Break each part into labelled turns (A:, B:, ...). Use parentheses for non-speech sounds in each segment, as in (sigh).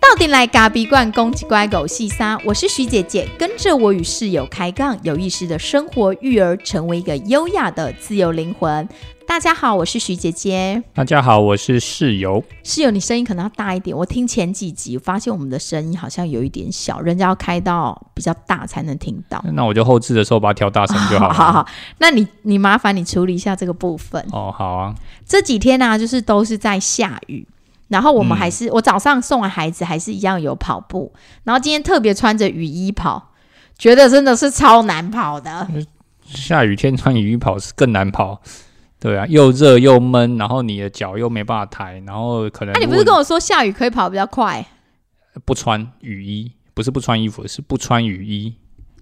A: 到底来嘎比罐公鸡乖狗细沙，我是徐姐姐，跟着我与室友开杠，有意识的生活育儿，成为一个优雅的自由灵魂。大家好，我是徐姐姐。
B: 大家好，我是室友。
A: 室友，你声音可能要大一点。我听前几集，我发现我们的声音好像有一点小，人家要开到比较大才能听到。
B: 那我就后置的时候把它调大声就好
A: (laughs)
B: 了。
A: 好好，那你你麻烦你处理一下这个部分。
B: 哦，好啊，
A: 这几天呢、就是都是在下雨，然后我们
B: 嗯
A: 还是、我早上送完孩子，还是一样有跑步，然后今天特别穿着雨衣跑，觉得真的是超难跑的。
B: 嗯下雨天穿雨衣跑是更难跑。对啊，又热又闷，然后你的脚又没办法抬，然后可能
A: 那、啊你
B: 如
A: 不
B: 果
A: 是跟我说下雨可以跑比较快？
B: 不穿雨衣，不是不穿衣服，是不穿雨衣。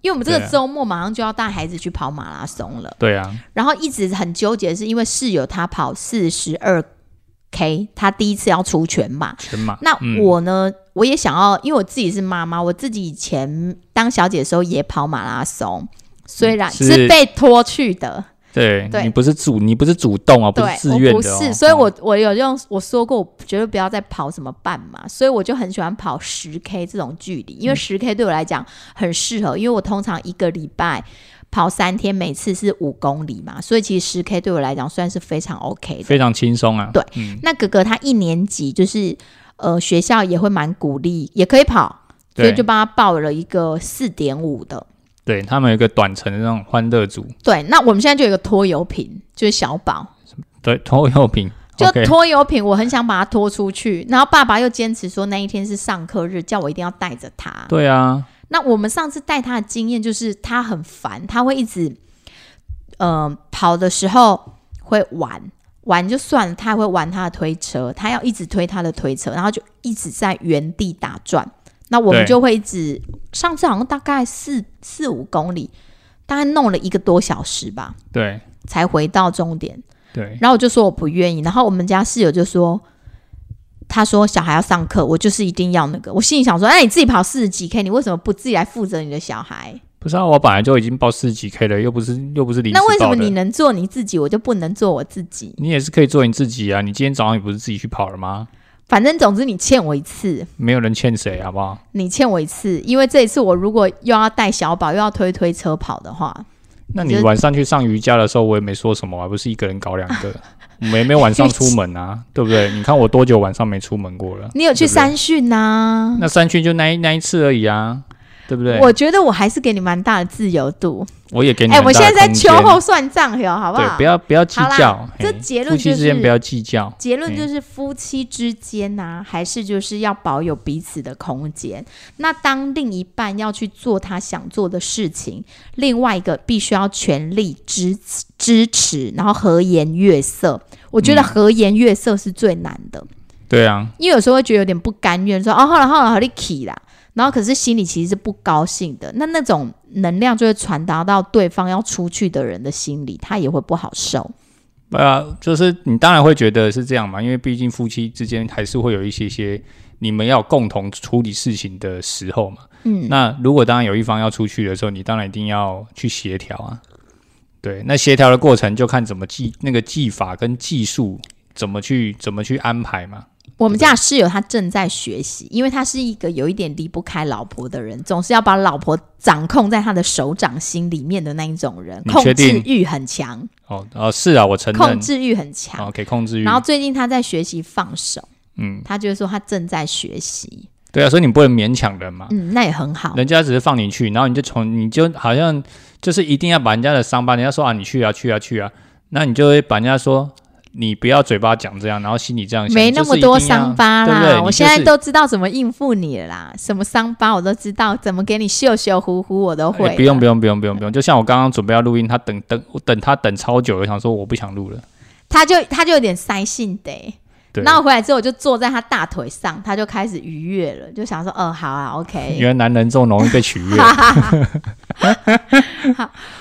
A: 因为我们这个
B: 对啊
A: 周末马上就要带孩子去跑马拉松了，
B: 对啊，
A: 然后一直很纠结，是因为室友他跑四十二 K，他第一次要出全马，
B: 全
A: (laughs)
B: 马。
A: 那
B: 嗯
A: 我呢，我也想要，因为我自己是妈妈，我自己以前当小姐的时候也跑马拉松，虽然
B: 嗯是
A: 是被拖去的，
B: 对
A: 对
B: 你不是主，你不是主动哦，不
A: 对
B: 是，自
A: 我
B: 愿
A: 不
B: 的、哦。
A: 是，所以我我有用我说过，我绝对不要再跑什么半马，所以我就很喜欢跑十 K 这种距离，
B: 嗯
A: 因为十 K 对我来讲很适合，因为我通常一个礼拜。跑三天，每次是五公里嘛，所以其实十 K 对我来讲算是非常 OK 的。
B: 非常轻松啊。
A: 对
B: 嗯，
A: 那哥哥他一年级就是呃学校也会蛮鼓励，也可以跑，所
B: 对
A: 以就帮他报了一个四点五的。
B: 对他们有一个短程的那种欢乐组，
A: 对，那我们现在就有一个拖油瓶，就是小宝。
B: 对，拖油瓶。
A: 就
B: OK，
A: 拖油瓶，我很想把它拖出去，然后爸爸又坚持说那一天是上课日，叫我一定要带着他。
B: 对啊，
A: 那我们上次带他的经验就是他很烦，他会一直，呃，跑的时候会玩玩就算了，他还会玩他的推车，他要一直推他的推车，然后就一直在原地打转。那我们
B: 对
A: 就会一直，上次好像大概四四五公里，大概弄了一个多小时吧，
B: 对
A: 才回到终点。
B: 对，
A: 然后我就说我不愿意，然后我们家室友就说，他说小孩要上课，我就是一定要那个。我心里想说，哎那你自己跑四十几 K，你为什么不自己来负责你的小孩？
B: 不是啊，我本来就已经报四十几 K 了，又不是又不是临时
A: 那为什
B: 报
A: 么
B: 的
A: 你能做你自己，我就不能做我自己？
B: 你也是可以做你自己啊！你今天早上也不是自己去跑了吗？
A: 反正总之你欠我一次，
B: 没有人欠谁，好不好？
A: 你欠我一次，因为这一次我如果又要带小宝，又要推推车跑的话，
B: 那
A: 我觉
B: 你
A: 得
B: 晚上去上瑜伽的时候，我也没说什么啊，不是一个人搞两个，我们也没有晚上出
A: (laughs)
B: 门啊，对不对？你看我多久晚上没出门过了？
A: 你有去
B: 对不对
A: 山训呐、
B: 那三区就那一那一次而已啊，对不对？
A: 我觉得我还是给你蛮大的自由度。
B: 我也给你
A: 哎、
B: 很
A: 我们
B: 大
A: 现
B: 的
A: 在在
B: 空
A: 秋
B: 间
A: 后算账哟，好不
B: 对，
A: 好？
B: 不要不要计
A: 好啦
B: 较，
A: 这
B: 嘿
A: 结
B: 夫
A: 论
B: 妻
A: 就
B: 之间
A: 是
B: 不要计较，
A: 结论
B: 嗯
A: 就是夫妻之间呐、还是就是要保有彼此的空间。那当另一半要去做他想做的事情，另外一个必须要全力支支持，然后和颜悦色。我觉得
B: 嗯
A: 和颜悦色是最难的，
B: 对啊，
A: 因为有时候会觉得有点不甘愿，说哦，好了好了，好你起啦。然后可是心里其实是不高兴的，那那种能量就会传达到对方要出去的人的心里，他也会不好受。
B: 呃，就是你当然会觉得是这样嘛，因为毕竟夫妻之间还是会有一些些你们要共同处理事情的时候嘛。
A: 嗯，
B: 那如果当然有一方要出去的时候，你当然一定要去协调啊。对，那协调的过程就看怎么技那个技法跟技术怎么去怎么去安排嘛。
A: 我们家的室友他正在学习，因为他是一个有一点离不开老婆的人，总是要把老婆掌控在他的手掌心里面的那一种人，
B: 你
A: 控
B: 确
A: 制
B: 定
A: 欲很强，
B: 哦，呃，是啊，我承认
A: 控，制欲很强。
B: 哦，给控制欲
A: 然，后最近他在学习放手，
B: 嗯，
A: 他就会说他正在学习，
B: 对啊，所以你不能勉强人嘛。
A: 嗯，那也很好。
B: 人家只是放你去，然后你就从你就好像就是一定要把人家的伤疤，人家说啊你去啊去啊去啊，那你就会把人家说你不要嘴巴讲这样，然后心里这样想，
A: 没那么多伤疤
B: 就
A: 啦，
B: 是一定要对不对？
A: 我
B: 你
A: 现
B: 就
A: 在
B: 是
A: 都知道怎么应付你了啦，什么伤疤我都知道，怎么给你秀秀呼呼我都会、
B: 哎不用不，用不用不用不用，就像我刚刚准备要录音，他等等我等他等超久，我想说我不想录了，
A: 他就他就有点塞性的欸、
B: 对，
A: 那我回来之后，我就坐在他大腿上，他就开始愉悦了，就想说，嗯、好啊，OK。
B: 原来男人这么容易被取
A: (laughs)
B: 悦，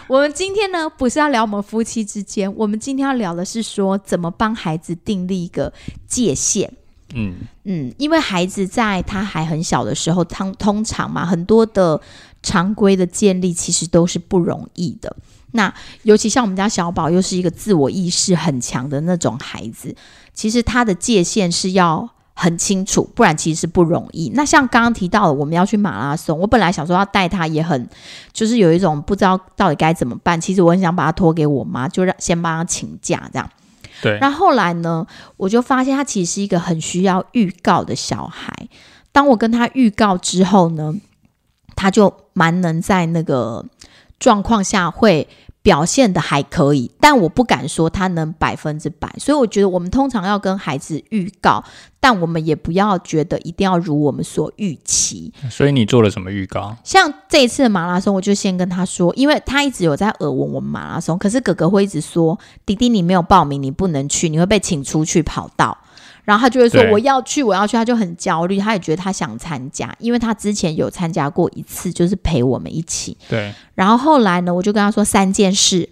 A: 我们今天呢，不是要聊我们夫妻之间，我们今天要聊的是说，怎么帮孩子订立一个界限。
B: 嗯，
A: 嗯，因为孩子在他还很小的时候，通通常嘛，很多的常规的建立其实都是不容易的。那尤其像我们家小宝，又是一个自我意识很强的那种孩子，其实他的界限是要很清楚，不然其实是不容易。那像刚刚提到的，我们要去马拉松，我本来想说要带他，也很就是有一种不知道到底该怎么办。其实我很想把他托给我妈，就让先帮他请假这样。
B: 对，
A: 那后来呢，我就发现他其实是一个很需要预告的小孩。当我跟他预告之后呢，他就蛮能在那个状况下会表现的还可以，但我不敢说他能百分之百。所以我觉得我们通常要跟孩子预告，但我们也不要觉得一定要如我们所预期。
B: 所以你做了什么预告？
A: 像这一次的马拉松，我就先跟他说，因为他一直有在耳闻我们马拉松，可是哥哥会一直说：“弟弟，你没有报名，你不能去，你会被请出去跑道。”然后他就会说
B: 对：“
A: 我要去，我要去。”他就很焦虑，他也觉得他想参加，因为他之前有参加过一次，就是陪我们一起。
B: 对，
A: 然后后来呢，我就跟他说三件事，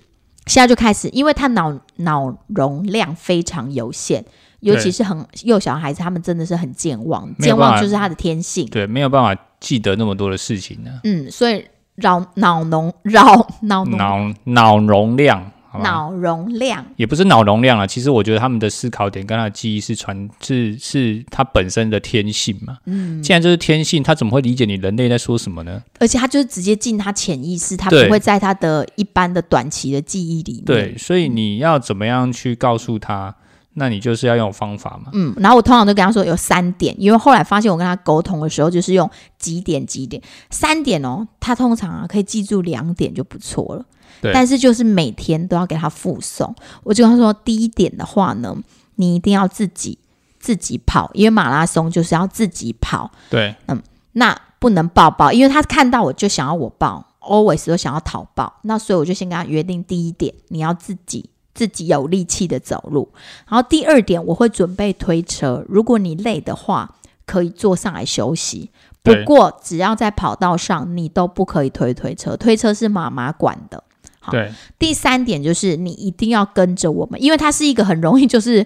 A: 现在就开始，因为他脑脑容量非常有限，尤其
B: 对
A: 是很幼小孩子，他们真的是很健忘，
B: 没有
A: 健
B: 办法
A: 忘就是他的天性。
B: 对，没有办法记得那么多的事情呢、
A: 嗯，所以扰脑容扰脑容
B: 脑脑容量，好吧
A: 脑容量，
B: 也不是脑容量啊，其实我觉得他们的思考点跟他的记忆是传是是他本身的天性嘛。嗯，既然这是天性，他怎么会理解你人类在说什么呢？
A: 而且他就是直接进他潜意识，他不
B: 对
A: 会在他的一般的短期的记忆里面。
B: 对，所以你要怎么样去告诉他？那你就是要用方法嘛。
A: 嗯，然后我通常都跟他说有三点，因为后来发现我跟他沟通的时候就是用几点几点三点哦，他通常啊可以记住两点就不错了。
B: 对
A: 但是就是每天都要给他附送。我就跟他说，第一点的话呢，你一定要自己自己跑，因为马拉松就是要自己跑，
B: 对
A: 那不能抱抱，因为他看到我就想要我抱，always 都想要讨抱。那所以我就先跟他约定第一点，你要自己自己有力气的走路。然后第二点，我会准备推车，如果你累的话，可以坐上来休息。不
B: 对
A: 过只要在跑道上，你都不可以推推车，推车是妈妈管的。好
B: 对
A: 第三点就是你一定要跟着我们，因为他是一个很容易就是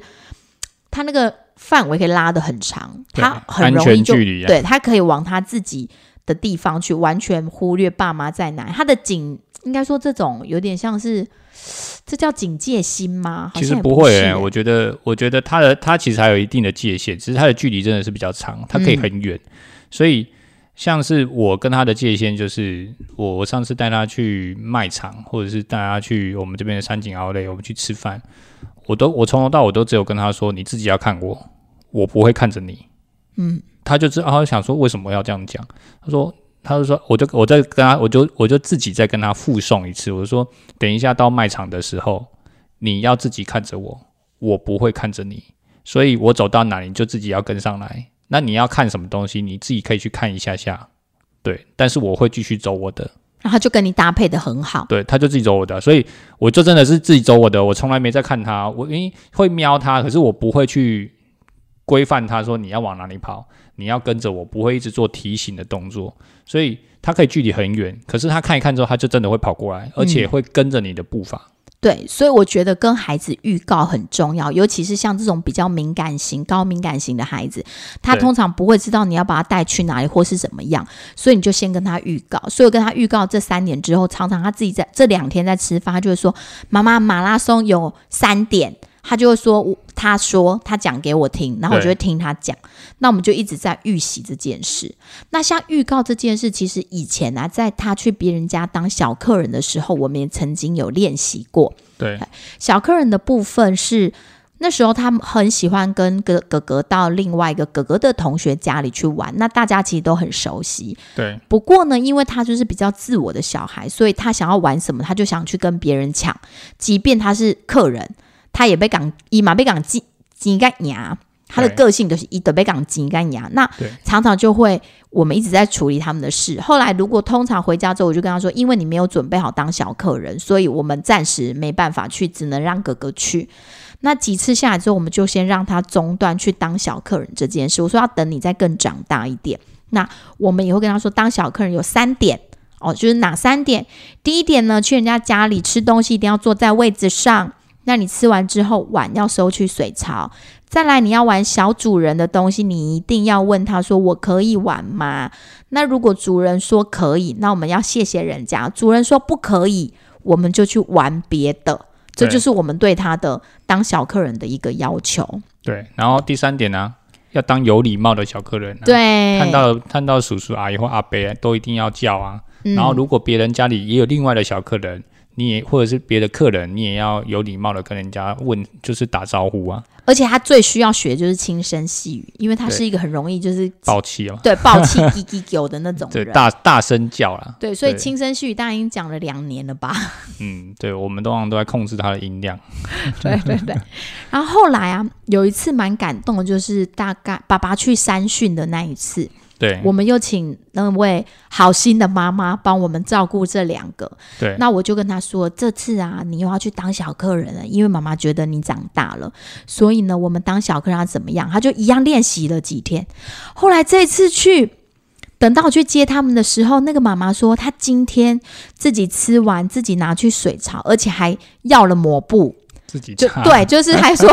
A: 他那个范围可以拉得很长，
B: 对
A: 他很容
B: 安
A: 易
B: 全
A: 就
B: 距离啊
A: 对他可以往他自己的地方去，完全忽略爸妈在哪。他的警应该说这种有点像是这叫警戒心吗？好
B: 其实
A: 像也
B: 不
A: 不
B: 会、
A: 是
B: 欸，我觉得，我觉得他的他其实还有一定的界限，只是他的距离真的是比较长，他可以很远，所以像是我跟他的界限就是，我我上次带他去卖场，或者是带他去我们这边的山景奥莱，我们去吃饭，我都我从头到尾都只有跟他说，你自己要看我，我不会看着你，嗯，他就知道，他就想说为什么要这样讲，他说。他就说，我就我再跟他，我就我就自己再跟他附送一次。我就说，等一下到卖场的时候，你要自己看着我，我不会看着你，所以我走到哪里你就自己要跟上来。那你要看什么东西，你自己可以去看一下下，对。但是我会继续走我的，
A: 然后他就跟你搭配的很好，
B: 对，他就自己走我的，所以我就真的是自己走我的，我从来没在看他，我因为会瞄他，可是我不会去规范他说你要往哪里跑，你要跟着我，不会一直做提醒的动作，所以他可以距离很远，可是他看一看之后，他就真的会跑过来，而且会跟着你的步伐。
A: 对，所以我觉得跟孩子预告很重要，尤其是像这种比较敏感型、高敏感型的孩子，他
B: 对
A: 通常不会知道你要把他带去哪里或是怎么样，所以你就先跟他预告。所以我跟他预告这三点之后，常常他自己在这两天在吃饭，他就会说：“妈妈，马拉松有三点。”他就会说我：“他说他讲给我听，然后我就
B: 对
A: 会听他讲。”那我们就一直在预习这件事。那像预告这件事，其实以前啊，在他去别人家当小客人的时候，我们也曾经有练习过。
B: 对
A: 小客人的部分是那时候他们很喜欢跟哥哥哥到另外一个哥哥的同学家里去玩，那大家其实都很熟悉。
B: 对
A: 不过呢，因为他就是比较自我的小孩，所以他想要玩什么，他就想去跟别人抢，即便他是客人，他也被港以马被港挤挤干牙。他的
B: 对
A: 个性就是一得被港挤干牙，那
B: 对
A: 常常就会我们一直在处理他们的事。后来如果通常回家之后，我就跟他说，因为你没有准备好当小客人，所以我们暂时没办法去，只能让哥哥去。那几次下来之后，我们就先让他中断去当小客人这件事。我说要等你再更长大一点。那我们也会跟他说，当小客人有三点哦，就是哪三点？第一点呢，去人家家里吃东西一定要坐在位子上。那你吃完之后，碗要收去水槽。再来，你要玩小主人的东西，你一定要问他说：“我可以玩吗？”那如果主人说可以，那我们要谢谢人家；主人说不可以，我们就去玩别的。这
B: 对
A: 就是我们对他的当小客人的一个要求。
B: 对，然后第三点呢、要当有礼貌的小客人、啊。，
A: 对，
B: 看到看到叔叔阿姨或阿伯啊都一定要叫啊。
A: 嗯，
B: 然后如果别人家里也有另外的小客人，你也或者是别的客人，你也要有礼貌的跟人家问，就是打招呼啊，
A: 而且他最需要学的就是轻声细语，因为他是一个很容易就是
B: 爆气啊，
A: 对暴
B: (laughs)
A: 气叽叽啾的那种
B: 对，
A: 人。
B: 大大声叫啊啦。
A: 对，所以
B: 对
A: 轻声细语大家已经讲了两年了吧？
B: 嗯，对，我们通常都在控制他的音量。
A: 对对对。然后后来啊，有一次蛮感动的，就是大概爸爸去山训的那一次，
B: 对，
A: 我们又请那位好心的妈妈帮我们照顾这两个。
B: 对，
A: 那我就跟他说，这次啊，你又要去当小客人了，因为妈妈觉得你长大了，所以呢，我们当小客人要啊怎么样？他就一样练习了几天。后来这次去，等到我去接他们的时候，那个妈妈说，她今天自己吃完，自己拿去水槽，而且还要了抹布，
B: 自己
A: 就
B: 唱。
A: 对，就是还
B: (laughs)
A: 说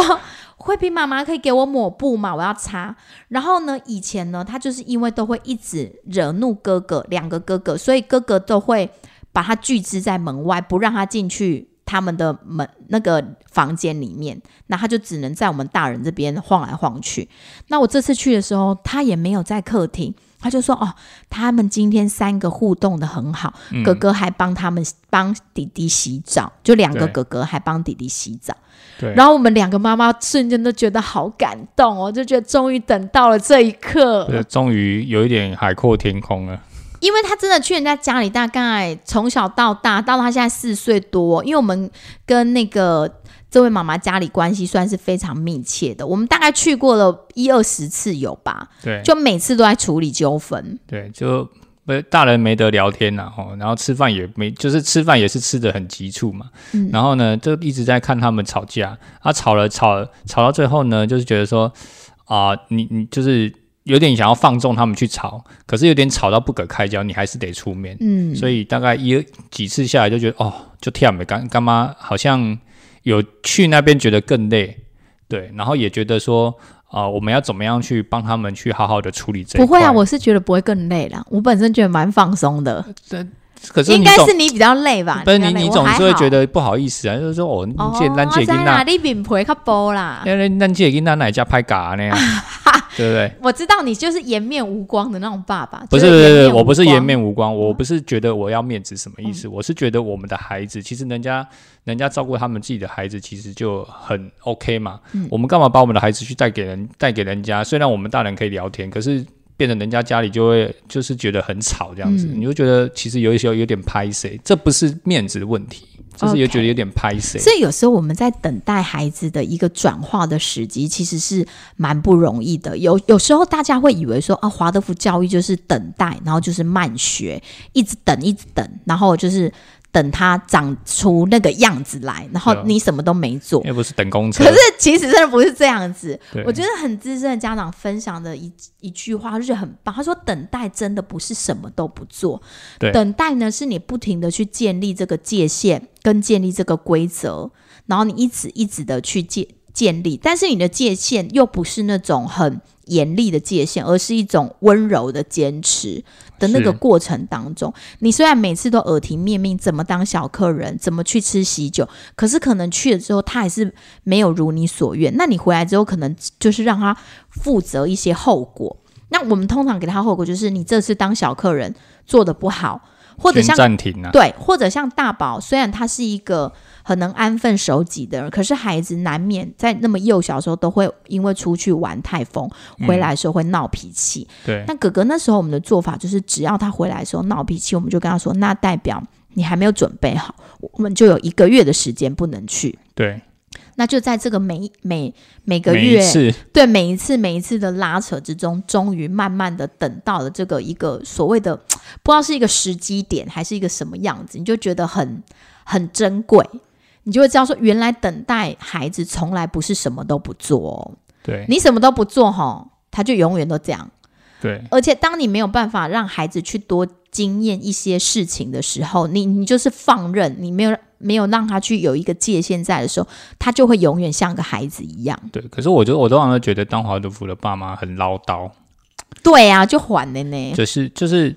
A: 慧萍妈妈可以给我抹布嘛，我要擦。然后呢，以前呢，她就是因为都会一直惹怒哥哥，两个哥哥，所以哥哥都会把他拒之在门外，不让他进去他们的门那个房间里面。那他就只能在我们大人这边晃来晃去。那我这次去的时候，他也没有在客厅。他就说：“哦，他们今天三个互动的很好，
B: 嗯
A: 哥哥还帮他们帮弟弟洗澡，就两个
B: 对
A: 哥哥还帮弟弟洗澡。
B: 对，
A: 然后我们两个妈妈瞬间都觉得好感动哦，就觉得终于等到了这一刻。
B: 对终于有一点海阔天空了。
A: 因为他真的去人家家里，大概从小到大，到他现在四岁多，因为我们跟那个这位妈妈家里关系算是非常密切的，我们大概去过了一二十次有吧，
B: 对，
A: 就每次都在处理纠纷。
B: 对，就不大人没得聊天呐、吼，然后吃饭也没，就是吃饭也是吃的很急促嘛，
A: 嗯
B: 然后呢就一直在看他们吵架，啊吵了吵了吵到最后呢，就是觉得说啊、你你就是有点想要放纵他们去吵，可是有点吵到不可开交，你还是得出面，
A: 嗯，
B: 所以大概一几次下来就觉得哦，就跳没干干妈好像有去那边觉得更累，对，然后也觉得说。啊、我们要怎么样去帮他们去好好的处理这一
A: 不会啊，
B: 块
A: 我是觉得不会更累啦，我本身觉得蛮放松的，
B: 可是啊
A: 应
B: 你
A: 该
B: 总
A: 是你比较累吧？
B: 不是你，
A: 比较累
B: 你
A: 我
B: 总是
A: 还
B: 会
A: 好
B: 觉得不好意思啊，就是说哦，你
A: 哦，
B: 这咱这
A: 我知
B: 囡
A: 啦，
B: 仔，
A: 你饼皮较薄啦。
B: 因为咱这囡仔哪家拍嘎
A: (laughs)
B: 呢？对不对？
A: 我知道你就是颜面无光的那种爸爸，
B: 不是，
A: 就
B: 不是不
A: 颜
B: 是，
A: 面无光。嗯
B: 我不是颜面无光，我不是觉得我要面子什么意思？我是觉得我们的孩子，其实人家人家照顾他们自己的孩子，其实就很 OK 嘛。
A: 嗯
B: 我们干嘛把我们的孩子去带给人带给人家？虽然我们大人可以聊天，可是变成人家家里就会就是觉得很吵这样子，
A: 嗯
B: 你就觉得其实有一些有点拍谁，这不是面子的问题，就是有觉得有点拍谁。
A: 所以有时候我们在等待孩子的一个转化的时机，其实是蛮不容易的。有有时候大家会以为说啊，华德福教育就是等待，然后就是慢学，一直等，一直等，然后就是等他长出那个样子来，然后
B: 对啊啊
A: 你什么都没做。
B: 又不是等公车
A: 可，是其实真的不是这样子，
B: 对
A: 我觉得很资深的家长分享的一一句话就是很棒，他说：“等待真的不是什么都不做，
B: 对
A: 等待呢是你不停的去建立这个界限，跟建立这个规则，然后你一直一直的去建建立，但是你的界限又不是那种很严厉的界限，而是一种温柔的坚持的那个
B: 是
A: 过程当中，你虽然每次都耳提面命怎么当小客人，怎么去吃喜酒，可是可能去了之后，他还是没有如你所愿。那你回来之后，可能就是让他负责一些后果。那我们通常给他后果就是，你这次当小客人做的不好，或者
B: 先
A: 像
B: 暂停啊。
A: 对，或者像大宝，虽然他是一个很能安分守己的人，可是孩子难免在那么幼小的时候都会因为出去玩太疯，
B: 嗯
A: 回来的时候会闹脾气。
B: 对，
A: 那哥哥那时候我们的做法就是，只要他回来的时候闹脾气，我们就跟他说，那代表你还没有准备好，我们就有一个月的时间不能去。
B: 对，
A: 那就在这个每每每个
B: 每一
A: 月
B: 次
A: 对每一次每一次的拉扯之中，终于慢慢的等到了这个一个所谓的不知道是一个时机点还是一个什么样子，你就觉得很很珍贵，你就会知道说，原来等待孩子从来不是什么都不做、哦，
B: 对
A: 你什么都不做吼，他就永远都这样。
B: 对
A: 而且当你没有办法让孩子去多经验一些事情的时候，你你就是放任，你没有没有让他去有一个界限在的时候，他就会永远像个孩子一样。
B: 对。可是我觉得我通常都觉得当华德福的爸妈很唠叨，
A: 对啊，就缓了呢。
B: 就是就是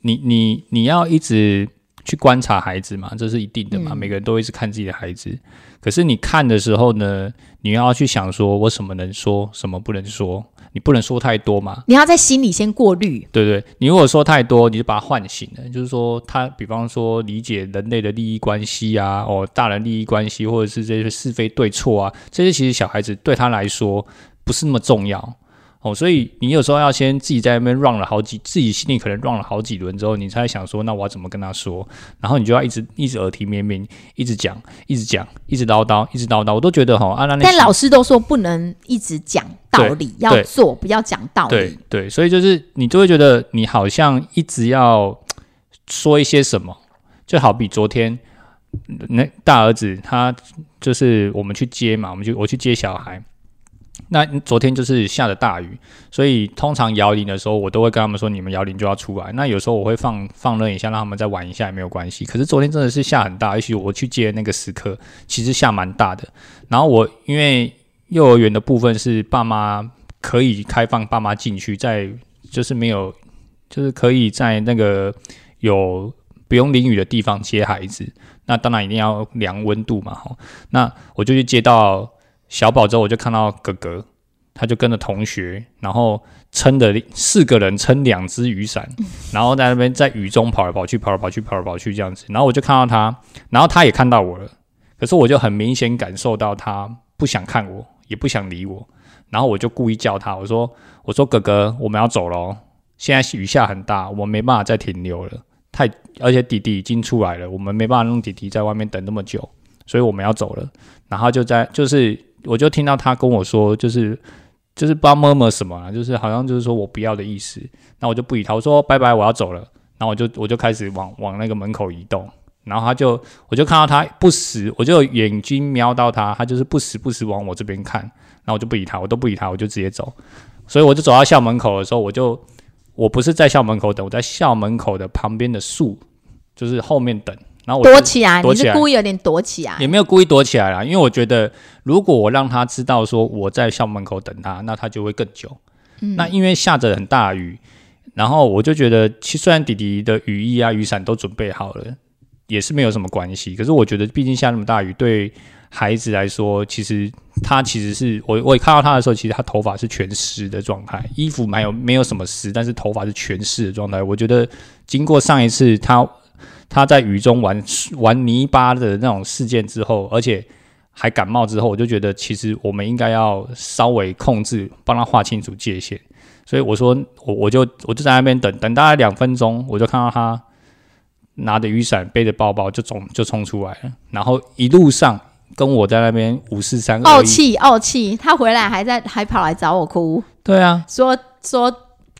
B: 你你你要一直去观察孩子嘛，这是一定的嘛，
A: 嗯
B: 每个人都一直看自己的孩子。可是你看的时候呢，你要去想说，我什么能说，什么不能说，你不能说太多嘛，
A: 你要在心里先过滤，
B: 对不对？你如果说太多，你就把它唤醒了，就是说他，比方说理解人类的利益关系啊，哦，大人利益关系，或者是这些是非对错啊，这些其实小孩子对他来说不是那么重要。哦，所以你有时候要先自己在那边 run 了好几，自己心里可能 run 了好几轮之后，你才想说，那我要怎么跟他说？然后你就要一直一直耳提面命，一直讲，一直讲，一直叨叨，一直叨叨。我都觉得哈，啊，那那
A: 但老师都说不能一直讲道理，要
B: 对
A: 做，不要讲道
B: 对
A: 理。
B: 对，所以就是你就会觉得你好像一直要说一些什么，就好比昨天那大儿子他就是我们去接嘛，我们去我去接小孩。那昨天就是下着大雨，所以通常摇铃的时候，我都会跟他们说，你们摇铃就要出来。那有时候我会放放任一下，让他们再玩一下也没有关系。可是昨天真的是下很大，也许我去接那个时刻，其实下蛮大的。然后我因为幼儿园的部分是爸妈可以开放爸妈进去，在就是没有，就是可以在那个有不用淋雨的地方接孩子。那当然一定要量温度嘛，吼。那我就去接到小宝之后，我就看到哥哥，他就跟着同学，然后撑着四个人撑两只雨伞，然后在那边在雨中跑来跑去，跑来跑去，跑来跑去这样子。然后我就看到他，然后他也看到我了，可是我就很明显感受到他不想看我，也不想理我。然后我就故意叫他，我说：“我说哥哥，我们要走喽，现在雨下很大，我们没办法再停留了，太而且弟弟已经出来了，我们没办法让弟弟在外面等那么久，所以我们要走了。”然后就在就是我就听到他跟我说，就是就是不知道摸摸什么啊，就是好像就是说我不要的意思。那我就不理他，我说拜拜，我要走了。然后我就我就开始往往那个门口移动，然后他就我就看到他不时，我就眼睛瞄到他，他就是不时不时往我这边看。然后我就不理他，我都不理他，我就直接走。所以我就走到校门口的时候，我就我不是在校门口等，我在校门口的旁边的树，就是后面等。然后我就
A: 躲起来，
B: 躲
A: 你
B: 起来
A: 是故意有点躲起来
B: 也，没有故意躲起来啦，因为我觉得如果我让他知道说我在校门口等他，那他就会更久。
A: 嗯
B: 那因为下着很大雨，然后我就觉得，其实虽然弟弟的雨衣啊、雨伞都准备好了，也是没有什么关系。可是我觉得，毕竟下那么大雨，对孩子来说，其实他其实是我我看到他的时候，其实他头发是全湿的状态，衣服没有没有什么湿，但是头发是全湿的状态。我觉得经过上一次他他在雨中玩玩泥巴的那种事件之后，而且还感冒之后，我就觉得其实我们应该要稍微控制，帮他划清楚界限。所以我说，我我就我就在那边等等大概两分钟，我就看到他拿着雨伞，背着包包就冲就冲出来了，然后一路上跟我在那边五四三二
A: 傲
B: 一，
A: 气傲气。他回来还在还跑来找我哭，
B: 对啊，
A: 说说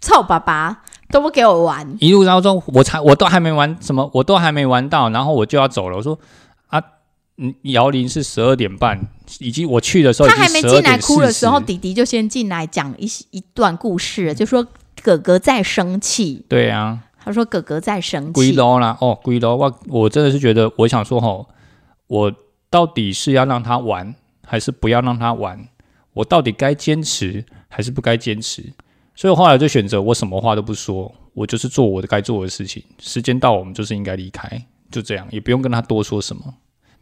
A: 臭爸爸都不给我玩，
B: 一路当中，我才我都还没玩什么，我都还没玩到，然后我就要走了。我说啊，嗯，摇铃是十二点半，以及我去的时候已
A: 他
B: 经
A: 还没
B: 十
A: 进
B: 二
A: 来
B: 点
A: 哭的时候，
B: 40
A: 弟弟就先进来讲一一段故事，就说哥哥在生气，
B: 对啊，
A: 他说哥哥在生
B: 归
A: 气，
B: 楼啦，哦，归楼，我我真的是觉得，我想说吼，我到底是要让他玩，还是不要让他玩？我到底该坚持，还是不该坚持？所以我后来就选择我什么话都不说，我就是做我的该做的事情。时间到，我们就是应该离开，就这样，也不用跟他多说什么。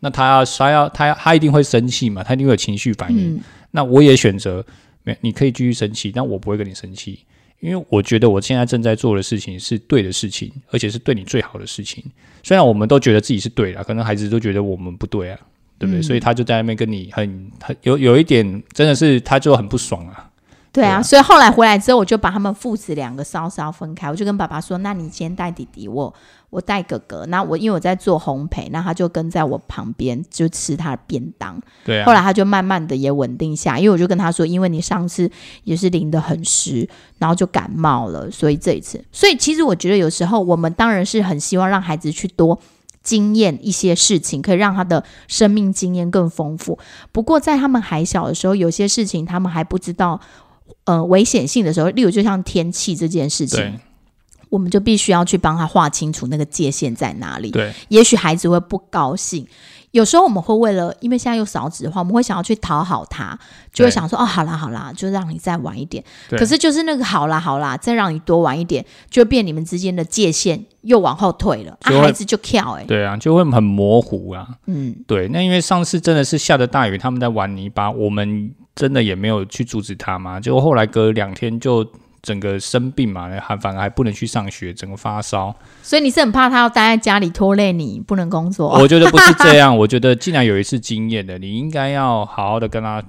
B: 那他要他要他要他一定会生气嘛，他一定会有情绪反应。
A: 嗯，
B: 那我也选择没，你可以继续生气，但我不会跟你生气，因为我觉得我现在正在做的事情是对的事情，而且是对你最好的事情。虽然我们都觉得自己是对的，啊可能孩子都觉得我们不对啊，对不对？
A: 嗯
B: 所以他就在那边跟你很很有有一点，真的是他就很不爽啊。
A: 对
B: 对啊
A: 啊，所以后来回来之后，我就把他们父子两个稍稍分开，我就跟爸爸说：“那你先带弟弟，我我带哥哥。”那我因为我在做烘焙，那他就跟在我旁边就吃他的便当。
B: 对
A: 后
B: 啊，
A: 来他就慢慢的也稳定下，因为我就跟他说：“因为你上次也是淋得很湿，然后就感冒了，所以这一次。”所以其实我觉得有时候我们当然是很希望让孩子去多。经验一些事情，可以让他的生命经验更丰富。不过，在他们还小的时候，有些事情他们还不知道，呃，危险性的时候，例如就像天气这件事情
B: 对，
A: 我们就必须要去帮他划清楚那个界限在哪里。
B: 对，
A: 也许孩子会不高兴。有时候我们会为了，因为现在又少子化，我们会想要去讨好他，就会
B: 对
A: 想说哦，好啦好啦，就让你再晚一点。
B: 对
A: 可是就是那个好啦好啦，再让你多晚一点，就变你们之间的界限又往后退了，啊
B: 就，会
A: 孩子就跳哎、欸，
B: 对啊，就会很模糊啊。
A: 嗯，
B: 对，那因为上次真的是下着大雨，他们在玩泥巴，我们真的也没有去阻止他嘛。结果后来隔两天就整个生病嘛，还反而还不能去上学，整个发烧。
A: 所以你是很怕他要待在家里拖累你，不能工作。
B: 我觉得不是这样，我觉得既然有一次经验的，你应该要好好的跟他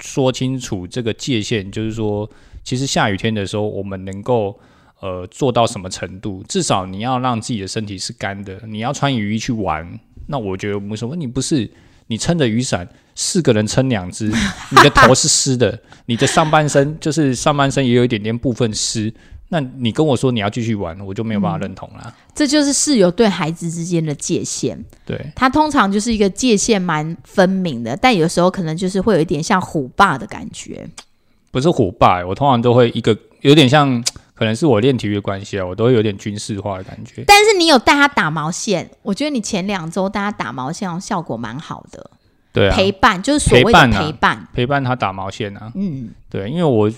B: 说清楚这个界限，就是说，其实下雨天的时候，我们能够呃做到什么程度，至少你要让自己的身体是干的，你要穿雨衣去玩，那我觉得没什么。你不是你撑着雨伞，四个人撑两只，你的头是湿的，你的上半身就是上半身也有一点点部分湿。那你跟我说你要继续玩，我就没有办法认同啦。
A: 这就是室友对孩子之间的界限，
B: 对
A: 他通常就是一个界限蛮分明的，但有时候可能就是会有一点像虎爸的感觉。
B: 不是虎爸、欸我通常都会一个有点像，可能是我练体育的关系啊，我都会有点军事化的感觉。
A: 但是你有带他打毛线，我觉得你前两周带他打毛线效果蛮好的，
B: 对啊，
A: 陪伴就是所谓的
B: 陪伴啊
A: 陪伴。
B: 陪伴他打毛线啊，
A: 嗯，
B: 对，因为我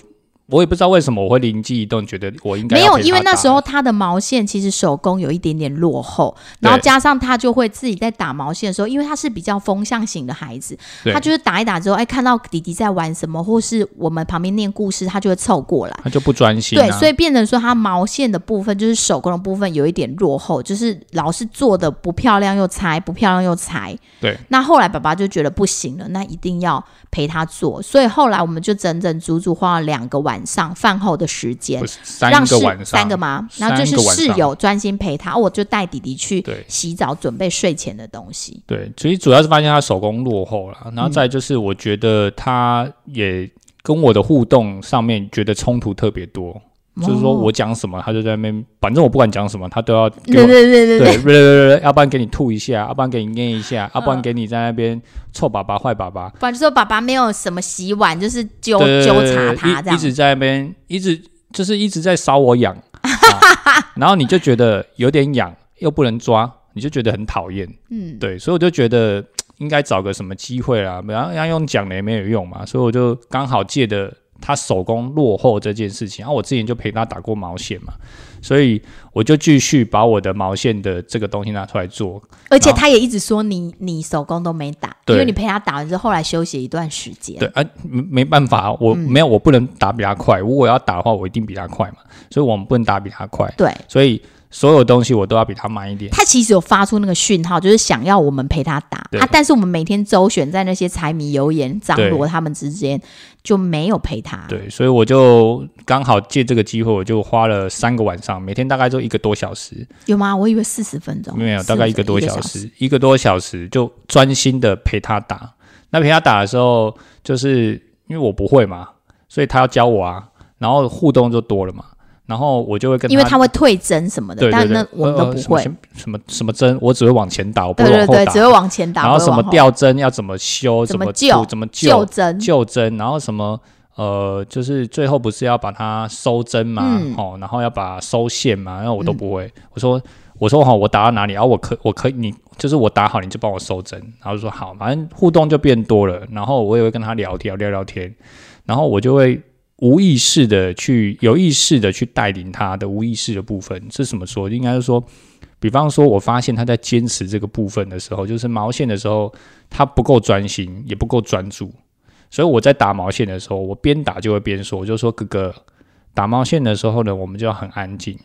B: 我也不知道为什么我会灵机一动，觉得我应该
A: 没
B: 要
A: 有，
B: 陪他
A: 因为那
B: 打
A: 时候他的毛线其实手工有一点点落后，
B: 对
A: 然后加上他就会自己在打毛线的时候，因为他是比较风向型的孩子，
B: 对
A: 他就是打一打之后，哎，看到弟弟在玩什么，或是我们旁边念故事，他就会凑过来。
B: 他就不专心、啊，
A: 对，所以变成说他毛线的部分，就是手工的部分有一点落后，就是老是做的不漂亮又裁，不漂亮又裁。
B: 对。
A: 那后来爸爸就觉得不行了，那一定要陪他做，所以后来我们就整整足足花了两个晚上饭后的时间
B: 不，是三
A: 让
B: 个
A: 室
B: 晚上
A: 三个吗？然后就是
B: 三个晚
A: 室
B: 上
A: 友专心陪他，哦我就带弟弟去
B: 对
A: 洗澡，准备睡前的东西。
B: 对，所以主要是发现他手工落后了，然后再就是我觉得他也跟我的互动上面觉得冲突特别多，就是说
A: 哦
B: 我讲什么他就在那边，反正我不管讲什么他都要给
A: 对
B: 我
A: 对对对
B: 对对对对对，要不然给你吐一下，要不然给你念一下，要不然给你在那边臭爸爸坏爸爸，
A: 不然就说爸爸没有什么洗碗，就是纠
B: 对对
A: 纠
B: 对
A: 察
B: 对
A: 他这
B: 一一直
A: 样。
B: 在那边一直就是一直在搔我痒、啊然后你就觉得有点痒，又不能抓，你就觉得很讨厌，
A: 嗯，
B: 对，所以我就觉得应该找个什么机会啦，不然要用讲的也没有用嘛，所以我就刚好借的他手工落后这件事情，然、后我之前就陪他打过毛线嘛，所以我就继续把我的毛线的这个东西拿出来做，
A: 而且
B: 然后
A: 他也一直说你你手工都没打，因
B: 对
A: 为你陪他打完之后，后来休息一段时间。
B: 对，啊，没没办法，啊我、没有，我不能打比他快。如果要打的话，我一定比他快嘛，所以我们不能打比他快，
A: 对，
B: 所以所有东西我都要比他慢一点。
A: 他其实有发出那个讯号，就是想要我们陪他打
B: 对
A: 啊，但是我们每天周旋在那些柴米油盐、张
B: 对
A: 罗他们之间，就没有陪他。
B: 对，所以我就刚好借这个机会，我就花了三个晚上，每天大概就一个多小时，
A: 有吗？我以为四十分钟，
B: 没有，
A: 40
B: 大概一个多
A: 哦小
B: 小。时，一个多小时就专心的陪他打。那陪他打的时候，就是因为我不会嘛，所以他要教我啊，然后互动就多了嘛，然后我就会跟
A: 因为他会退针什么的，
B: 对对
A: 但
B: 对，
A: 那我们
B: 呃
A: 都不
B: 什么
A: 会。
B: 先什么什么针，我只会往前打，我不
A: 对
B: 会
A: 对
B: 往后
A: 对，
B: 打。
A: 只会往前打，
B: 然后
A: 不会
B: 什么
A: 往后
B: 吊针要怎么修，
A: 怎
B: 怎
A: 么
B: 么
A: 救
B: 怎么
A: 就针，
B: 救针，然后什么呃，就是最后不是要把它收针嘛，
A: 嗯
B: 哦，然后要把它收线嘛，然后我都不会。我说我说好，我打到哪里，然、后我可我可以你就是我打好你就帮我收针，然后就说好，反正互动就变多了，然后我也会跟他聊天聊聊天，然后我就会。无意识的去，有意识的去带领他的无意识的部分是怎么说？应该是说，比方说，我发现他在坚持这个部分的时候，就是毛线的时候，他不够专心，也不够专注。所以我在打毛线的时候，我边打就会边说，我就说哥哥，打毛线的时候呢，我们就要很安静、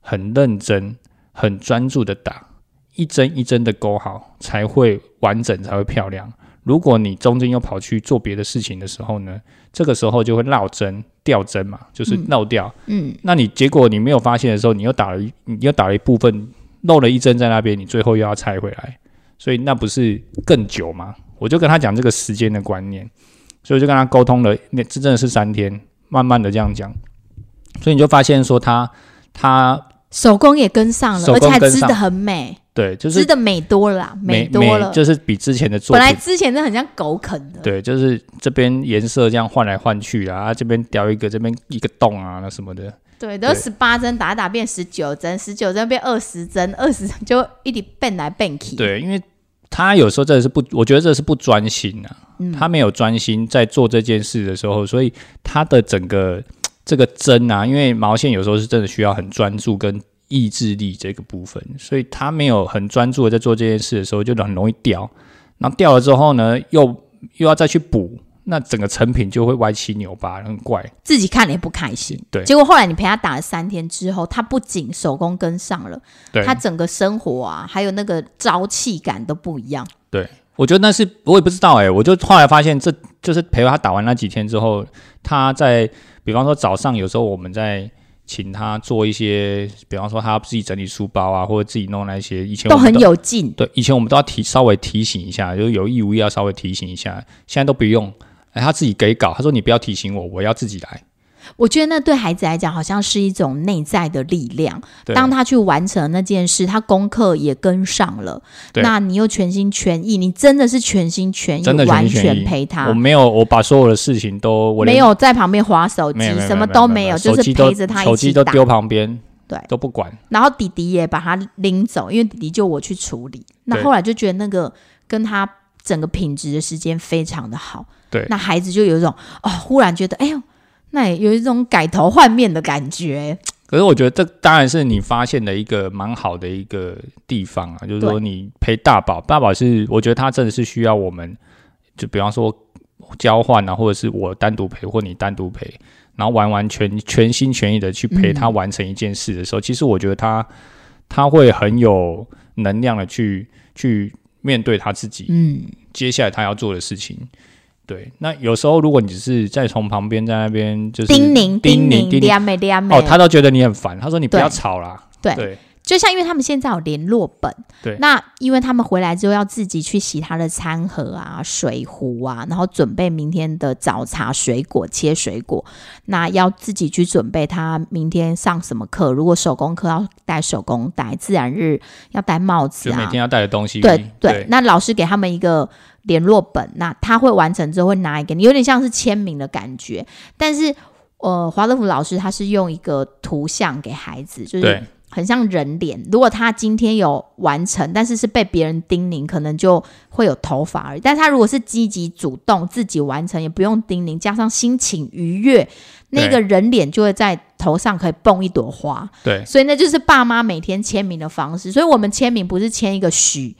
B: 很认真、很专注的打，一针一针的勾好，才会完整，才会漂亮。如果你中间又跑去做别的事情的时候呢，这个时候就会绕针、掉针嘛，就是漏掉。
A: 嗯，
B: 那你结果你没有发现的时候，你又打了一，你又打了一部分，漏了一针在那边，你最后又要拆回来，所以那不是更久吗？我就跟他讲这个时间的观念，所以我就跟他沟通了，那这真的是三天，慢慢的这样讲，所以你就发现说他他
A: 手工也跟上了，
B: 手
A: 而
B: 工
A: 且还
B: 跟
A: 织
B: 上
A: 的很美，
B: 对，就
A: 织
B: 是
A: 的美多了啦，美
B: 每
A: 多了。
B: 就是比之前的作
A: 本来
B: 品。
A: 之前真的很像狗啃的，
B: 对，就是这边颜色这样换来换去啊，啊这边雕一个，这边一个洞啊，那什么的，
A: 对，都
B: 对
A: 十八针打打变十九针，十九针变二十针，二十针就一直变来变去。，
B: 对，因为他有时候真的是不，我觉得这是不专心啊，他没有专心在做这件事的时候，所以他的整个这个针啊，因为毛线有时候是真的需要很专注跟意志力这个部分，所以他没有很专注的在做这件事的时候，就很容易掉。那掉了之后呢，又又要再去补，那整个成品就会歪七扭八，很怪。
A: 自己看了也不开心。
B: 对
A: 结果后来你陪他打了三天之后，他不仅手工跟上了，
B: 对，
A: 他整个生活啊，还有那个朝气感都不一样。
B: 我觉得那是我也不知道哎、我就后来发现这就是陪他打完那几天之后，他在比方说早上有时候我们在请他做一些，比方说他自己整理书包啊，或者自己弄那些以前
A: 都
B: 我们
A: 很有劲，
B: 对，以前我们都要提稍微提醒一下，就是有意无意要稍微提醒一下，现在都不用。哎，他自己给搞，他说你不要提醒我，我要自己来。
A: 我觉得那对孩子来讲，好像是一种内在的力量。
B: 对，
A: 当他去完成那件事，他功课也跟上了，
B: 对
A: 那你又全心全意，你真的是全心全意，
B: 真的全
A: 完
B: 心全意
A: 全陪
B: 我
A: 他，
B: 没有，我把所有的事情都我连
A: 没有在旁边划手机
B: 没有没有，
A: 什么
B: 没有
A: 都
B: 没
A: 没有，
B: 手
A: 就是
B: 机都
A: 陪着他
B: 手
A: 一
B: 机
A: 起
B: 都
A: 打。
B: 丢旁边，
A: 对
B: 都不管。
A: 然后弟弟也把他拎走，因为弟弟就我去处理。那
B: 对
A: 后来就觉得那个跟他整个品质的时间非常的好，
B: 对
A: 那孩子就有一种哦，忽然觉得哎呦，那也有一种改头换面的感觉。
B: 可是我觉得这当然是你发现的一个蛮好的一个地方啊，就是说你陪大宝，大宝是我觉得他真的是需要我们，就比方说交换啊，或者是我单独陪或你单独陪，然后完完全全心全意的去陪他完成一件事的时候，其实我觉得他他会很有能量的去去面对他自己，
A: 嗯，
B: 接下来他要做的事情。对，那有时候如果你只是在从旁边在那边就是
A: 叮咛
B: 叮
A: 咛，
B: 叮咛
A: 嗲美嗲美。
B: 哦，他都觉得你很烦，他说你不
A: 对
B: 要吵啦。
A: 对
B: 对
A: 就像因为他们现在有联络本，
B: 对
A: 那因为他们回来之后要自己去洗他的餐盒啊、水壶啊，然后准备明天的早茶、水果切水果，那要自己去准备他明天上什么课。如果手工课要戴手工带，自然日要戴帽子
B: 就每
A: 啊
B: 天。要带的东西。
A: 对对那老师给他们一个联络本，那他会完成之后会拿一个，你有点像是签名的感觉。但是，呃，华德福老师他是用一个图像给孩子，就是
B: 对
A: 很像人脸。如果他今天有完成，但是是被别人叮咛，可能就会有头发而已。但他如果是积极主动自己完成，也不用叮咛，加上心情愉悦，那
B: 对
A: 个人脸就会在头上可以蹦一朵花。
B: 对
A: 所以那就是爸妈每天签名的方式。所以我们签名不是签一个许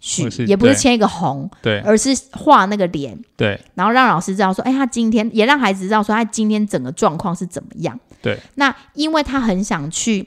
A: 许
B: 或是，
A: 也不是
B: 对
A: 签一个红，
B: 对
A: 而是画那个脸，
B: 对
A: 然后让老师知道说，哎，他今天也让孩子知道说他今天整个状况是怎么样。
B: 对，
A: 那因为他很想去，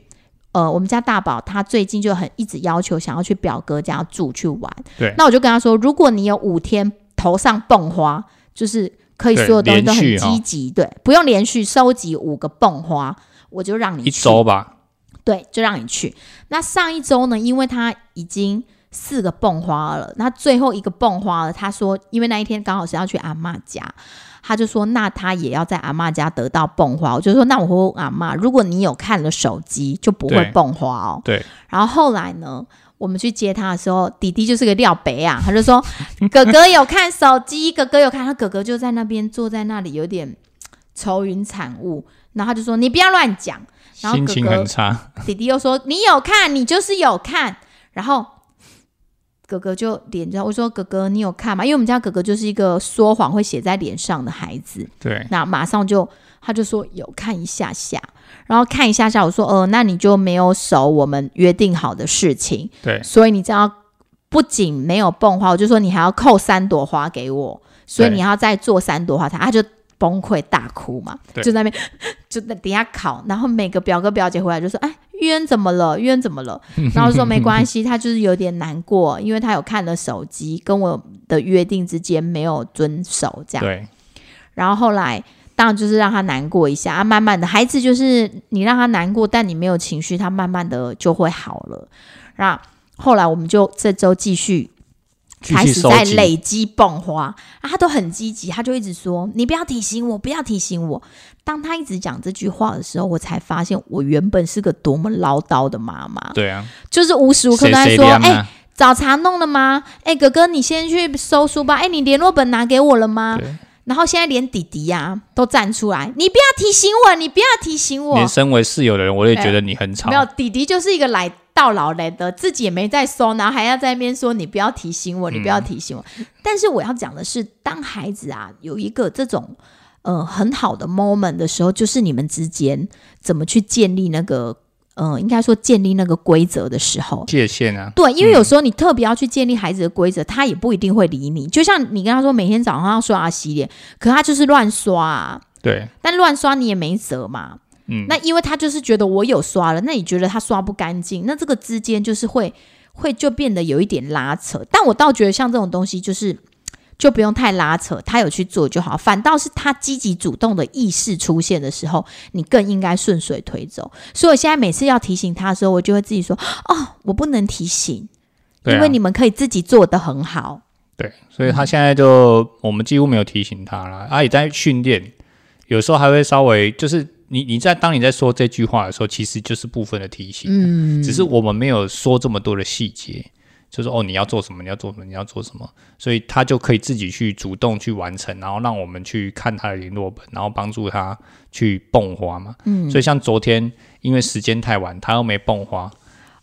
A: 呃，我们家大宝他最近就很一直要求想要去表哥家住去玩。
B: 对
A: 那我就跟他说，如果你有五天头上蹦花，就是可以所有东西都很
B: 对连续哦
A: 积极，对，不用连续收集五个蹦花，我就让你
B: 一
A: 去
B: 周吧。
A: 对，就让你去。那上一周呢，因为他已经四个蹦花了，那最后一个蹦花了，他说，因为那一天刚好是要去阿嬷家，他就说，那他也要在阿嬷家得到蹦花。我就说，那我会问阿嬷，如果你有看了手机，就不会
B: 对
A: 蹦花哦。
B: 对，
A: 然后后来呢？我们去接他的时候，弟弟就是个廖北啊，他就说哥哥有看手机，哥哥有看，他哥哥就在那边坐在那里有点愁云惨雾，然后他就说你不要乱讲，然后
B: 心情
A: 哥哥
B: 很差，
A: 弟弟又说：“你有看，你就是有看。”然后哥哥就脸就我说：“哥哥，你有看吗？”因为我们家哥哥就是一个说谎会写在脸上的孩子，
B: 对
A: 那马上就他就说有看一下下，然后看一下下，我说：“呃，那你就没有守我们约定好的事情，
B: 对
A: 所以你这样不仅没有蹦花，我就说你还要扣三朵花给我，所以
B: 对
A: 你要再做三朵花啊才，他就崩溃大哭嘛，
B: 对
A: 就在那边 (laughs) 就在底下考，然后每个表哥表姐回来就说，哎，玉恩怎么了？玉恩怎么了？然后说没关
B: (laughs)
A: 系，他就是有点难过，因为他有看了手机，跟我的约定之间没有遵守这样。
B: 对
A: 然后后来当然就是让他难过一下，啊，慢慢的，孩子就是你让他难过，但你没有情绪，他慢慢的就会好了。那后来我们就这周继续
B: 继
A: 开
B: 续
A: 始
B: 收
A: 在
B: 集。
A: 累积蹦花啊，他都很积极，他就一直说你不要提醒我，不要提醒我。当他一直讲这句话的时候，我才发现我原本是个多么唠叨的妈妈，
B: 对啊，
A: 就是无时无刻
B: 谁
A: 都在
B: 谁
A: 说，
B: 凉
A: 哎、
B: 啊
A: 早茶弄了吗？哎、哥哥，你先去收书包。哎、你联络本拿给我了吗？
B: 对
A: 然后现在连弟弟呀、都站出来，你不要提醒我，你不要提醒我
B: 连。身为室友的人，我也
A: 对
B: 觉得你很吵
A: 没。有，弟弟就是一个来到老来的，自己也没在收，然后还要在那边说你不要提醒我，你不要提醒我。但是我要讲的是，当孩子啊有一个这种呃很好的 moment 的时候，就是你们之间怎么去建立那个呃，应该说建立那个规则的时候。
B: 界限啊，
A: 对，因为有时候你特别要去建立孩子的规则，他也不一定会理你。就像你跟他说每天早上要刷牙洗脸，可他就是乱刷啊，
B: 对，
A: 但乱刷你也没辙嘛。
B: 嗯，
A: 那因为他就是觉得我有刷了，那你觉得他刷不干净，那这个之间就是会会就变得有一点拉扯。但我倒觉得像这种东西就是。就不用太拉扯，他有去做就好。反倒是他积极主动的意识出现的时候，你更应该顺水推舟。所以我现在每次要提醒他的时候，我就会自己说：“哦，我不能提醒，
B: 对啊
A: 因为你们可以自己做得很好。
B: 对，所以他现在就我们几乎没有提醒他
A: 嗯
B: 了，他也在训练，有时候还会稍微就是你你在当你在说这句话的时候，其实就是部分的提醒，嗯，只是我们没有说这么多的细节，就是哦你要做什么，你要做什么，你要做什么，所以他就可以自己去主动去完成，然后让我们去看他的联络本，然后帮助他去蹦花嘛，嗯，所以像昨天因为时间太晚，他又没蹦花。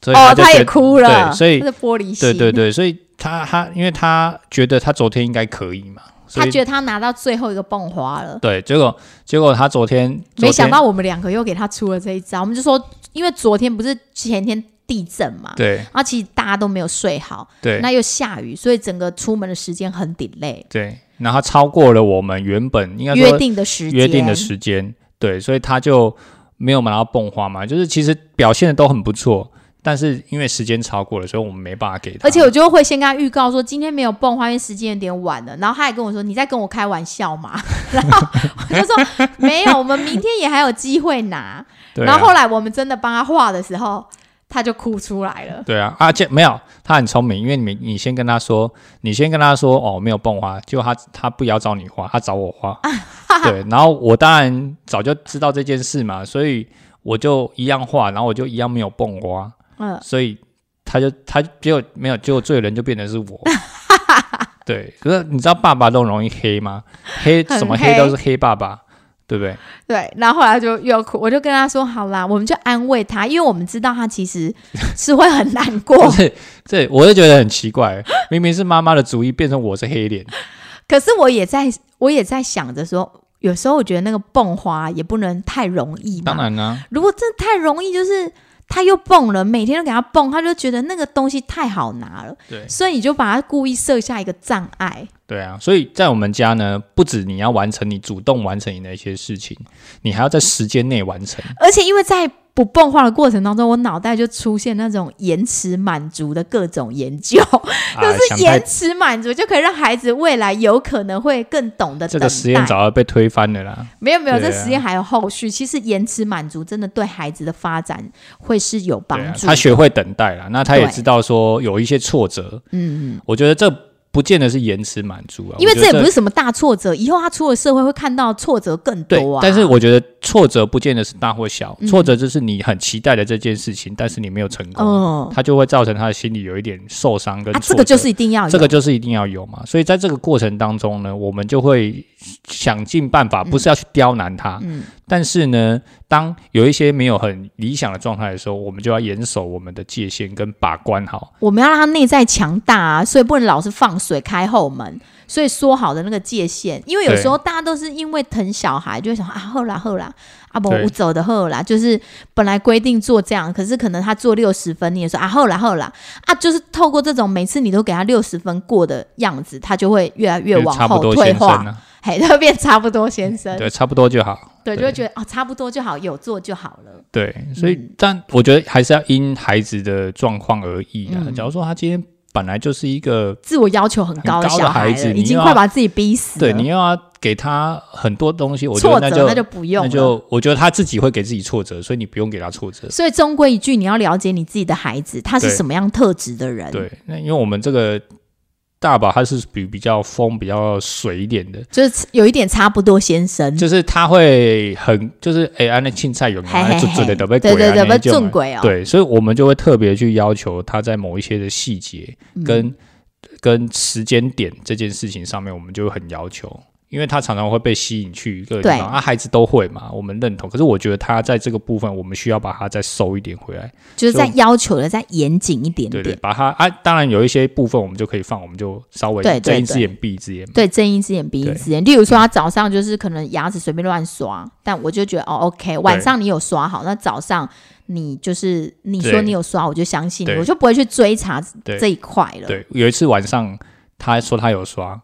B: 所以
A: 哦，
B: 就
A: 他
B: 觉
A: 也
B: 得
A: 哭了，
B: 对，所以
A: 他是玻璃
B: 对
A: 心，
B: 对对，所以他他因为他觉得他昨天应该可以嘛，所
A: 他
B: 以
A: 觉得他拿到最后一个蹦花了。
B: 对，结果结果他昨天昨天
A: 没想到我们两个又给他出了这一招，我们就说，因为昨天不是前天地震嘛，
B: 对
A: 然后其实大家都没有睡好，
B: 对
A: 那又下雨，所以整个出门的时间很 delay，
B: 对，然后他超过了我们原本应该
A: 约
B: 说
A: 定的时间，
B: 约定的时间，对，所以他就没有拿到蹦花嘛，就是其实表现的都很不错，但是因为时间超过了，所以我们没办法给他，
A: 而且我就会先跟他预告说今天没有蹦花，因为时间有点晚了。然后他还跟我说：“你在跟我开玩笑吗？” (laughs) 然后我就说：“没有，我们明天也还有机会拿。
B: 对、啊、
A: 然后后来我们真的帮他画的时候，他就哭出来了。
B: 对啊，啊，这没有，他很聪明，因为你你先跟他说，你先跟他说哦，没有蹦花，结果他他不要找你花，他找我
A: (laughs)
B: 花，对，然后我当然早就知道这件事嘛，所以我就一样画，然后我就一样没有蹦花，
A: 嗯，
B: 所以他就他结果没有，结果罪人就变成
A: (laughs)
B: 是我，对，可是你知道爸爸都容易黑吗？黑
A: 很
B: 什么黑
A: 黑
B: 都是黑爸爸，对不对？
A: 对，然后后来就又哭，我就跟他说：“好啦，我们就安慰他，因为我们知道他其实是会很难过
B: (laughs) 不。是，这我就觉得很奇怪，明明是妈妈的主意，变成我是黑脸，
A: 可是我也在，我也在想着说，有时候我觉得那个蹦花也不能太容易
B: 当
A: 嘛。
B: 然啦、啊
A: 如果真的太容易，就是他又蹦了，每天都给他蹦，他就觉得那个东西太好拿了，
B: 对。
A: 所以你就把他故意设下一个障碍。
B: 对啊，所以在我们家呢，不止你要完成你主动完成你的一些事情，你还要在时间内
A: (laughs)
B: 完成。
A: 而且因为在不蹦花的过程当中，我脑袋就出现那种延迟满足的各种研究。
B: 啊
A: 就，
B: 想
A: 是
B: 太
A: 延迟满足，就可以让孩子未来有可能会更懂得
B: 这
A: 等
B: 个
A: 待。
B: 实验早就被推翻了啦。
A: 没有没有，
B: 对啊
A: 这实验还有后续。其实延迟满足真的对孩子的发展会是有帮
B: 对啊，
A: 助的。
B: 他学会等待啦，那他也
A: 对
B: 知道说有一些挫折。
A: 嗯，嗯，
B: 我觉得这不见得是延迟满足啊，
A: 因为
B: 我觉
A: 这
B: 得
A: 也不是什么大挫折，以后他出了社会会看到挫折更
B: 对
A: 多啊。，
B: 但是我觉得挫折不见得是大或小，
A: 嗯
B: 挫折就是你很期待的这件事情，但是你没有成功，
A: 嗯，
B: 他就会造成他的心里有一点受伤跟
A: 啊，
B: 挫
A: 这
B: 折。
A: 个就是一定要有
B: 这个就是一定要有嘛。所以在这个过程当中呢，我们就会想尽办法，不是要去刁难他，
A: 嗯
B: 但是呢，当有一些没有很理想的状态的时候，我们就要严守我们的界限跟把关好。
A: 我们要让他内在强大啊，所以不能老是放水开后门。所以说好的那个界限，因为有
B: 对
A: 时候大家都是因为疼小孩，就会想啊，后啦后啦，啊不，
B: 对
A: 我走的后啦，就是本来规定做这样，可是可能他做六十分，你也说啊后啦后啦，啊，就是透过这种每次你都给他六十分过的样子，他就会越来越
B: 就是
A: 往
B: 差不
A: 后
B: 多
A: 退
B: 先生
A: 化，
B: 啊，
A: 嘿，就会变差不 (laughs) 多先生，
B: 对，差不多就好。
A: 对，
B: 对
A: 就会觉得哦，差不多就好，有做就好了，
B: 对，所以、
A: 嗯
B: 但我觉得还是要因孩子的状况而异啊。
A: 嗯
B: 假如说他今天本来就是一个
A: 自我要求很高
B: 很高的
A: 小孩
B: 孩子
A: 了，
B: 你
A: 已经
B: 又
A: 快
B: 要
A: 把自己逼死
B: 对
A: 了，
B: 你又要给他很多东西，我觉
A: 挫
B: 得
A: 折
B: 那就
A: 那就不用了。
B: 那就我觉得他自己会给自己挫折，所以你不用给他挫折。
A: 所以终归一句，你要了解你自己的孩子，他是
B: 对
A: 什么样特质的人，
B: 对，那因为我们这个大宝他是比比较风比较水一点的，
A: 就是有一点差不多先生，
B: 就是他会很就是哎，安那青菜有没
A: 嘿嘿
B: 有
A: 嘿
B: 准准的得被
A: 对
B: 鬼
A: 对
B: 啊
A: 对，
B: 那
A: 不
B: 一种
A: 正
B: 嘛
A: 轨哦，
B: 对，所以我们就会特别去要求他在某一些的细节
A: 嗯
B: 跟、跟时间点这件事情上面，我们就会很要求。因为他常常会被吸引去各个地
A: 对
B: 方，啊，孩子都会嘛，我们认同。可是我觉得他在这个部分，我们需要把他再收一点回来，
A: 就是
B: 所以
A: 再
B: 我
A: 要求的再严谨一点
B: 对
A: 点，
B: 对，把他啊，当然有一些部分我们就可以放，我们就稍微
A: 对对
B: 睁一只
A: 对
B: 眼闭一只眼嘛。
A: 对，睁一只眼闭一
B: 对
A: 只眼。例如说，他早上就是可能牙齿随便乱刷，但我就觉得哦，OK，晚上你有刷好，那早上你就是你说
B: 对
A: 你有刷，我就相信你，
B: 对
A: 我就不会去追查
B: 对
A: 这一块了。
B: 对，有一次晚上他说他有刷，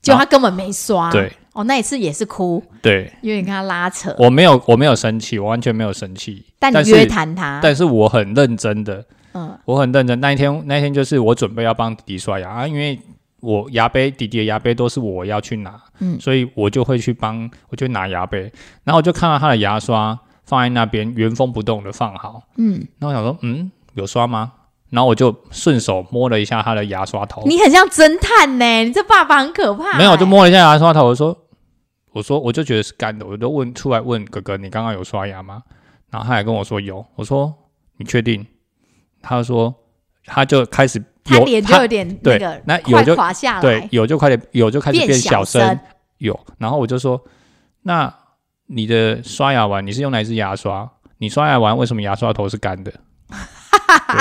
A: 结果他根本没刷。
B: 对，
A: 哦，那一次也是哭，
B: 对
A: 因为你看他拉扯，
B: 我没有我没有生气，我完全没有生气，
A: 但你
B: 是
A: 约谈他，
B: 但是我很认真的，
A: 嗯，
B: 我很认真。那一天，那一天就是我准备要帮弟弟刷牙啊，因为我牙杯，弟弟的牙杯都是我要去拿，
A: 嗯
B: 所以我就会去帮，我就拿牙杯，然后我就看到他的牙刷放在那边原封不动的放好，
A: 嗯，
B: 那我想说，嗯，有刷吗？然后我就顺手摸了一下他的牙刷头，
A: 你很像侦探呢、你这爸爸很可怕、
B: 哦没有，我就
A: 欸。
B: 摸了一下牙刷头，我说，我说我就觉得是干的，我就问出来问哥哥，你刚刚有刷牙吗？然后他还跟我说有，我说你确定？他说他就开始
A: 他
B: 有
A: 脸就
B: 他
A: 有点
B: 对
A: 个，
B: 那有
A: 快
B: 就
A: 垮下
B: 对
A: 来，
B: 有就快点有就开始
A: 变
B: 变
A: 小
B: 小
A: 声
B: 声有，然后我就说，那你的刷牙完你是用哪一支牙刷？你刷牙完为什么牙刷头是干的？ (laughs)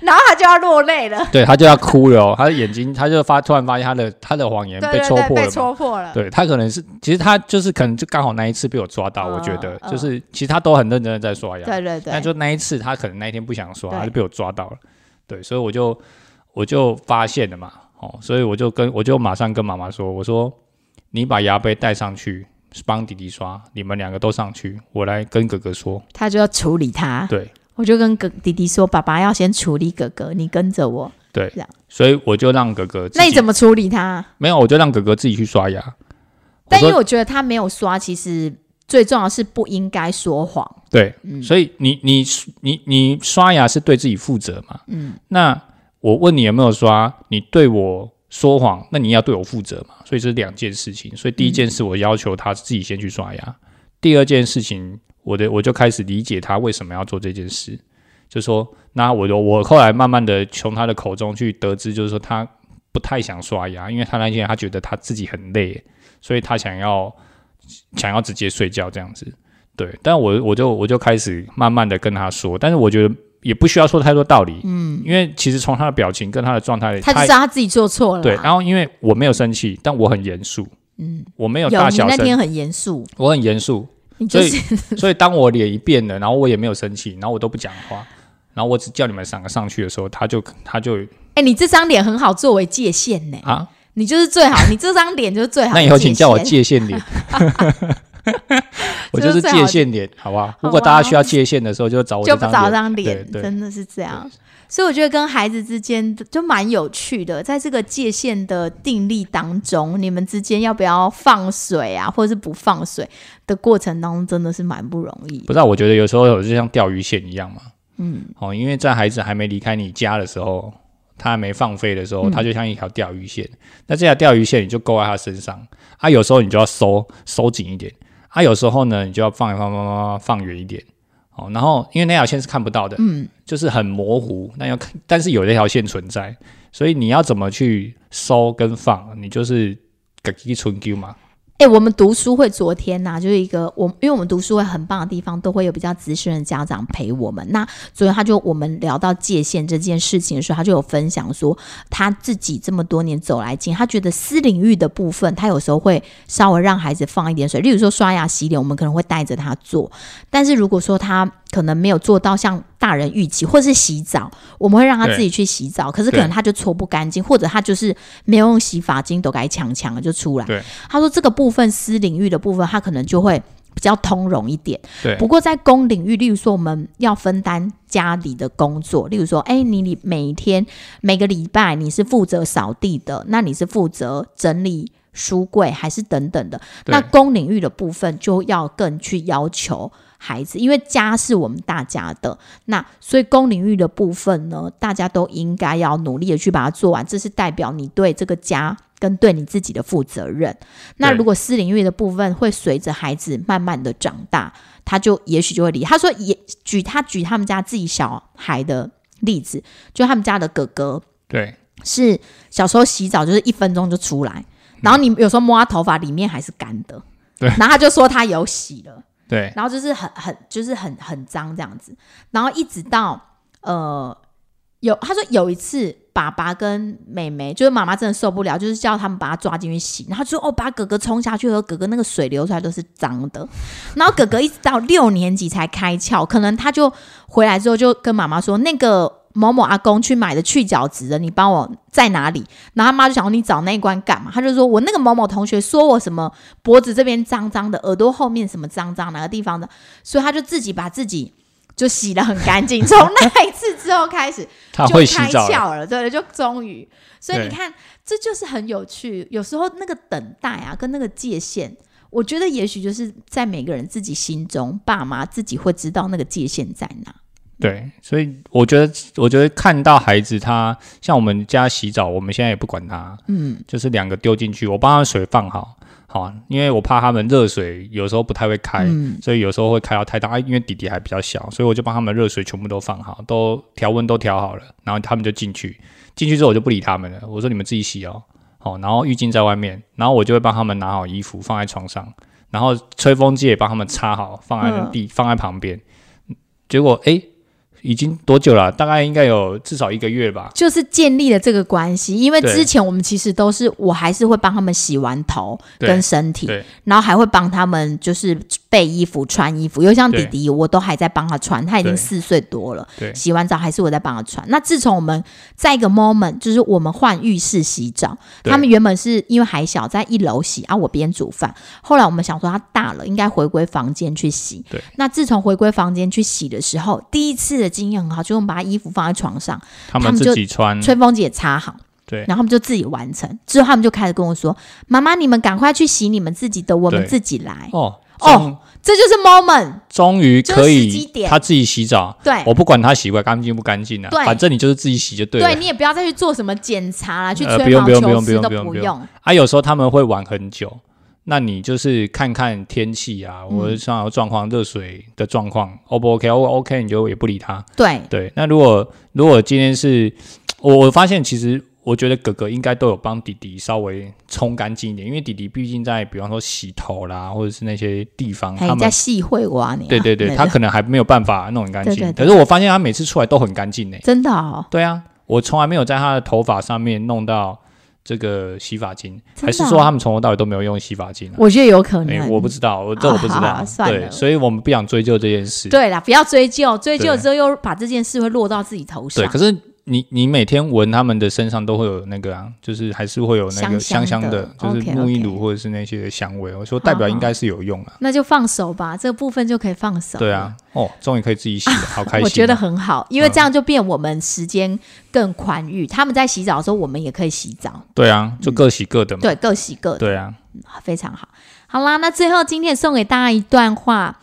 A: 然后他就要落泪了。
B: 对他就要哭了哦，他的眼睛他就发突然发现他的他的谎言
A: 对
B: 嗯被
A: 对
B: 戳
A: 对，
B: 破了
A: 被
B: 嘛。
A: 戳破了。
B: 对他可能是，其实他就是可能就刚好那一次被我抓到，
A: 嗯
B: 我觉得
A: 嗯
B: 就是其实他都很认真的在刷牙，
A: 对对对，
B: 但就啊那一次他可能那一天不想刷，
A: 对
B: 他就被我抓到了，对，所以我就我就发现了嘛，哦，所以我就跟我就马上跟妈妈说，我说你把牙杯带上去帮弟弟刷，你们两个都上去，我来跟哥哥
A: (laughs)
B: 说，
A: 他就要处理他。
B: 对，
A: 我就跟哥弟弟说：“爸爸要先处理哥哥，你跟着我。
B: 对
A: 这样，
B: 所以我就让哥哥自己，
A: 那你怎么处理他？
B: 没有，我就让哥哥自己去刷牙，我
A: 但因为
B: 说
A: 我觉得他没有刷，其实最重要是不应该说谎。
B: 对，
A: 嗯
B: 所以你你你你刷牙是对自己负责嘛？
A: 嗯，
B: 那我问你有没有刷，你对我说谎，那你要对我负责嘛？所以这是两件事情。所以第一件事，我要求他自己先去刷牙；第二件事情，我的我就开始理解他为什么要做这件事，就说那我就我后来慢慢的从他的口中去得知，就是说他不太想刷牙，因为他那天他觉得他自己很累，所以他想要想要直接睡觉这样子。对，但我我就我就开始慢慢的跟他说，但是我觉得也不需要说太多道理，嗯，因为其实从他的表情跟他的状态，
A: 他就知道他自己做错了。
B: 对，，然后因为我没有生气，但我很严肃，
A: 嗯，
B: 我没有
A: 有
B: 大
A: 你
B: 小
A: 那天
B: 声，
A: 很严肃，
B: 我很严肃，
A: 你就是
B: (laughs) 所以当我脸一变了，然后我也没有生气，然后我都不讲话，然后我只叫你们三个上去的时候，他就他就
A: 哎、你这张脸很好作为界限呢、
B: 啊，
A: 你就是最好，你这张脸就是最好的界限。
B: 那以后请叫我界限脸。 (laughs) 我就是界限脸，好不好？如果大家需要界限的时候，就找我
A: 就
B: 这
A: 不
B: 张
A: 找
B: 脸。
A: 张脸，
B: 对对
A: 真的是这样。所以我觉得跟孩子之间就蛮有趣的，在这个界限的定力当中，你们之间要不要放水啊，或者是不放水的过程当中，真的是蛮不容易
B: 不。知道，我觉得有时候有就像钓鱼线一样嘛。嗯，哦，因为在孩子还没离开你家的时候，他还没放飞的时候，
A: 嗯
B: 他就像一条钓鱼线。那这条钓鱼线你就勾在他身上啊，有时候你就要收收紧一点啊，有时候呢你就要放一放放放放放远一点。哦，然后因为那条线是看不到的，嗯，就是很模糊，那要看，但是有那条线存在，所以你要怎么去收跟放，你就是自己存丢嘛，
A: 哎、我们读书会昨天呐、就是一个我，因为我们读书会很棒的地方，都会有比较资深的家长陪我们。那昨天他就我们聊到界限这件事情的时候，他就有分享说，他自己这么多年走来经，他觉得私领域的部分，他有时候会稍微让孩子放一点水，例如说刷牙、洗脸，我们可能会带着他做。但是如果说他可能没有做到像大人预期，或是洗澡，我们会让他自己去洗澡，可是可能
B: 对
A: 他就搓不干净，或者他就是没有用洗发精都该呛呛的就出来。他说这个部分私领域的部分，他可能就会比较通融一点。
B: 对
A: 不过在公领域，例如说我们要分担家里的工作，例如说，哎，你你每天每个礼拜你是负责扫地的，那你是负责整理。书柜还是等等的，
B: 对
A: 那公领域的部分就要更去要求孩子，因为家是我们大家的，那所以公领域的部分呢，大家都应该要努力的去把它做完，这是代表你对这个家跟对你自己的负责任。那
B: 对
A: 如果私领域的部分会随着孩子慢慢的长大，他就也许就会离。他说也举他举他们家自己小孩的例子，就他们家的哥哥
B: 对
A: 是小时候洗澡就是一分钟就出来，然后你有时候摸他头发里面还是干的，
B: 对
A: 然后他就说他有洗了，
B: 对，
A: 然后就是很很就是很很脏这样子，然后一直到呃有他说有一次爸爸跟妹妹就是妈妈真的受不了，就是叫他们把他抓进去洗，然后就说哦把哥哥冲下去喝，哥哥那个水流出来都是脏的，然后哥哥一直到六年级才开窍，可能他就回来之后就跟妈妈说那个。某某阿公去买的去角质的，你帮我在哪里？然后他妈就想说你找那一关干嘛？他就说我那个某某同学说我什么脖子这边脏脏的，耳朵后面什么脏脏，哪个地方的，所以他就自己把自己就洗得很干
B: (laughs)
A: 净。从那一次之后开始，
B: 他
A: 就
B: 会洗
A: 开
B: 澡了，
A: 窍了，对就终于。所以你
B: 对
A: 看，这就是很有趣。有时候那个等待啊，跟那个界限，我觉得也许就是在每个人自己心中，爸妈自己会知道那个界限在哪。
B: 对，所以我觉得，我觉得看到孩子他像我们家洗澡，我们现在也不管他，
A: 嗯，
B: 就是两个丢进去，我帮他们水放好，好，因为我怕他们热水有时候不太会开，
A: 嗯
B: 所以有时候会开到太大，啊因为弟弟还比较小，所以我就帮他们热水全部都放好，都调温都调好了，然后他们就进去，进去之后我就不理他们了，我说你们自己洗哦，好，然后浴巾在外面，然后我就会帮他们拿好衣服放在床上，然后吹风机也帮他们擦好，放在
A: 嗯
B: 地、放在旁边，结果诶，已经多久了？大概应该有至少一个月吧。
A: 就是建立了这个关系，因为
B: 对
A: 之前我们其实都是，我还是会帮他们洗完头
B: 对
A: 跟身体，
B: 对
A: 然后还会帮他们就是备衣服、穿衣服。因为像弟弟，我都还在帮他穿，他已经
B: 对
A: 四岁多了，
B: 对
A: 洗完澡还是我在帮他穿。那自从我们在一个 moment，就是我们换浴室洗澡，
B: 对
A: 他们原本是因为还小，在一楼洗啊，我边煮饭。后来我们想说他啊大了，应该回归房间去洗。
B: 对，
A: 那自从回归房间去洗的时候，第一次的经验很好，就是我们把他衣服放在床上，他
B: 他们
A: 们
B: 自
A: 就
B: 己穿，
A: 吹风机也插好。
B: 嗯对
A: 然后他们就自己完成，之后他们就开始跟我说：“妈妈，你们赶快去洗你们自己的，我们
B: 对
A: 自己来。
B: 哦
A: 哦
B: 终
A: 这就是 moment，
B: 终于可
A: 就是时机
B: 以
A: 点
B: 他自己洗澡，
A: 对
B: 我不管他洗不干净不干净啊，
A: 对
B: 反正你就是自己洗就哦对了。
A: 对你也不要再去做什么检查啦，去
B: 呃
A: 吹
B: 不用
A: 毛
B: 不用不
A: 求
B: 用不
A: 疵
B: 用
A: 都
B: 不用不用
A: 用。
B: 啊，有时候他们会玩很久，那你就是看看天气啊，
A: 嗯
B: 我上游状况、热水的状况，O 不 OK？O OK 你就也不理他。
A: 对，
B: 对，那如果如果今天是我，我发现其实我觉得哥哥应该都有帮弟弟稍微冲干净一点，因为弟弟毕竟在比方说洗头啦，或者是那些地方，
A: 还
B: 嗯
A: 在
B: 他们
A: 细会我啊你啊。
B: 对对对，他可能还没有办法弄很干
A: 对
B: 净
A: 对。
B: 可是我发现他每次出来都很干净呢。
A: 真的哦，
B: 对啊，我从来没有在他的头发上面弄到这个洗发精，
A: 真的啊
B: 还是说他们从头到尾都没有用洗发精啊？
A: 我觉得有可
B: 哎、
A: 能。
B: 我不知道，我这我不知
A: (laughs)
B: 道，
A: 好好算了
B: 对，所以我们不想追究这件事。
A: 对啦，不要追究，追究
B: 对
A: 之后又把这件事会落到自己头上
B: 对，。可是你你每天闻他们的身上都会有那个啊，就是还是会有那
A: 香
B: 个香
A: 香
B: 香
A: 的嗯
B: 的，就是
A: OK，OK
B: 沐浴乳或者是那些香味。我说代表
A: 好好
B: 应该是有用啊。
A: 那就放手吧，这个部分就可以放手。
B: 对啊，，哦，终于可以自己洗了，好开心、
A: (laughs)
B: 啊嗯
A: 我觉得，很好，因为这样就变我们时间更宽裕。他们在洗澡的时候，我们也可以洗澡，
B: 对啊，就各洗各的嘛。
A: 对，各洗各的。
B: 对啊，
A: 非常好。好啦，那最后今天也送给大家一段话：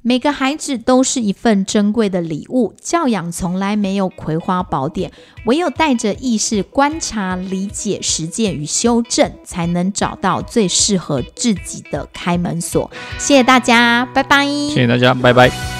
A: 每个孩子都是一份珍贵的礼物，教养从来没有葵花宝典，唯有带着意识观察、理解、实践与修正，才能找到最适合自己的开门锁。谢谢大家，拜拜。
B: 谢谢大家，拜拜。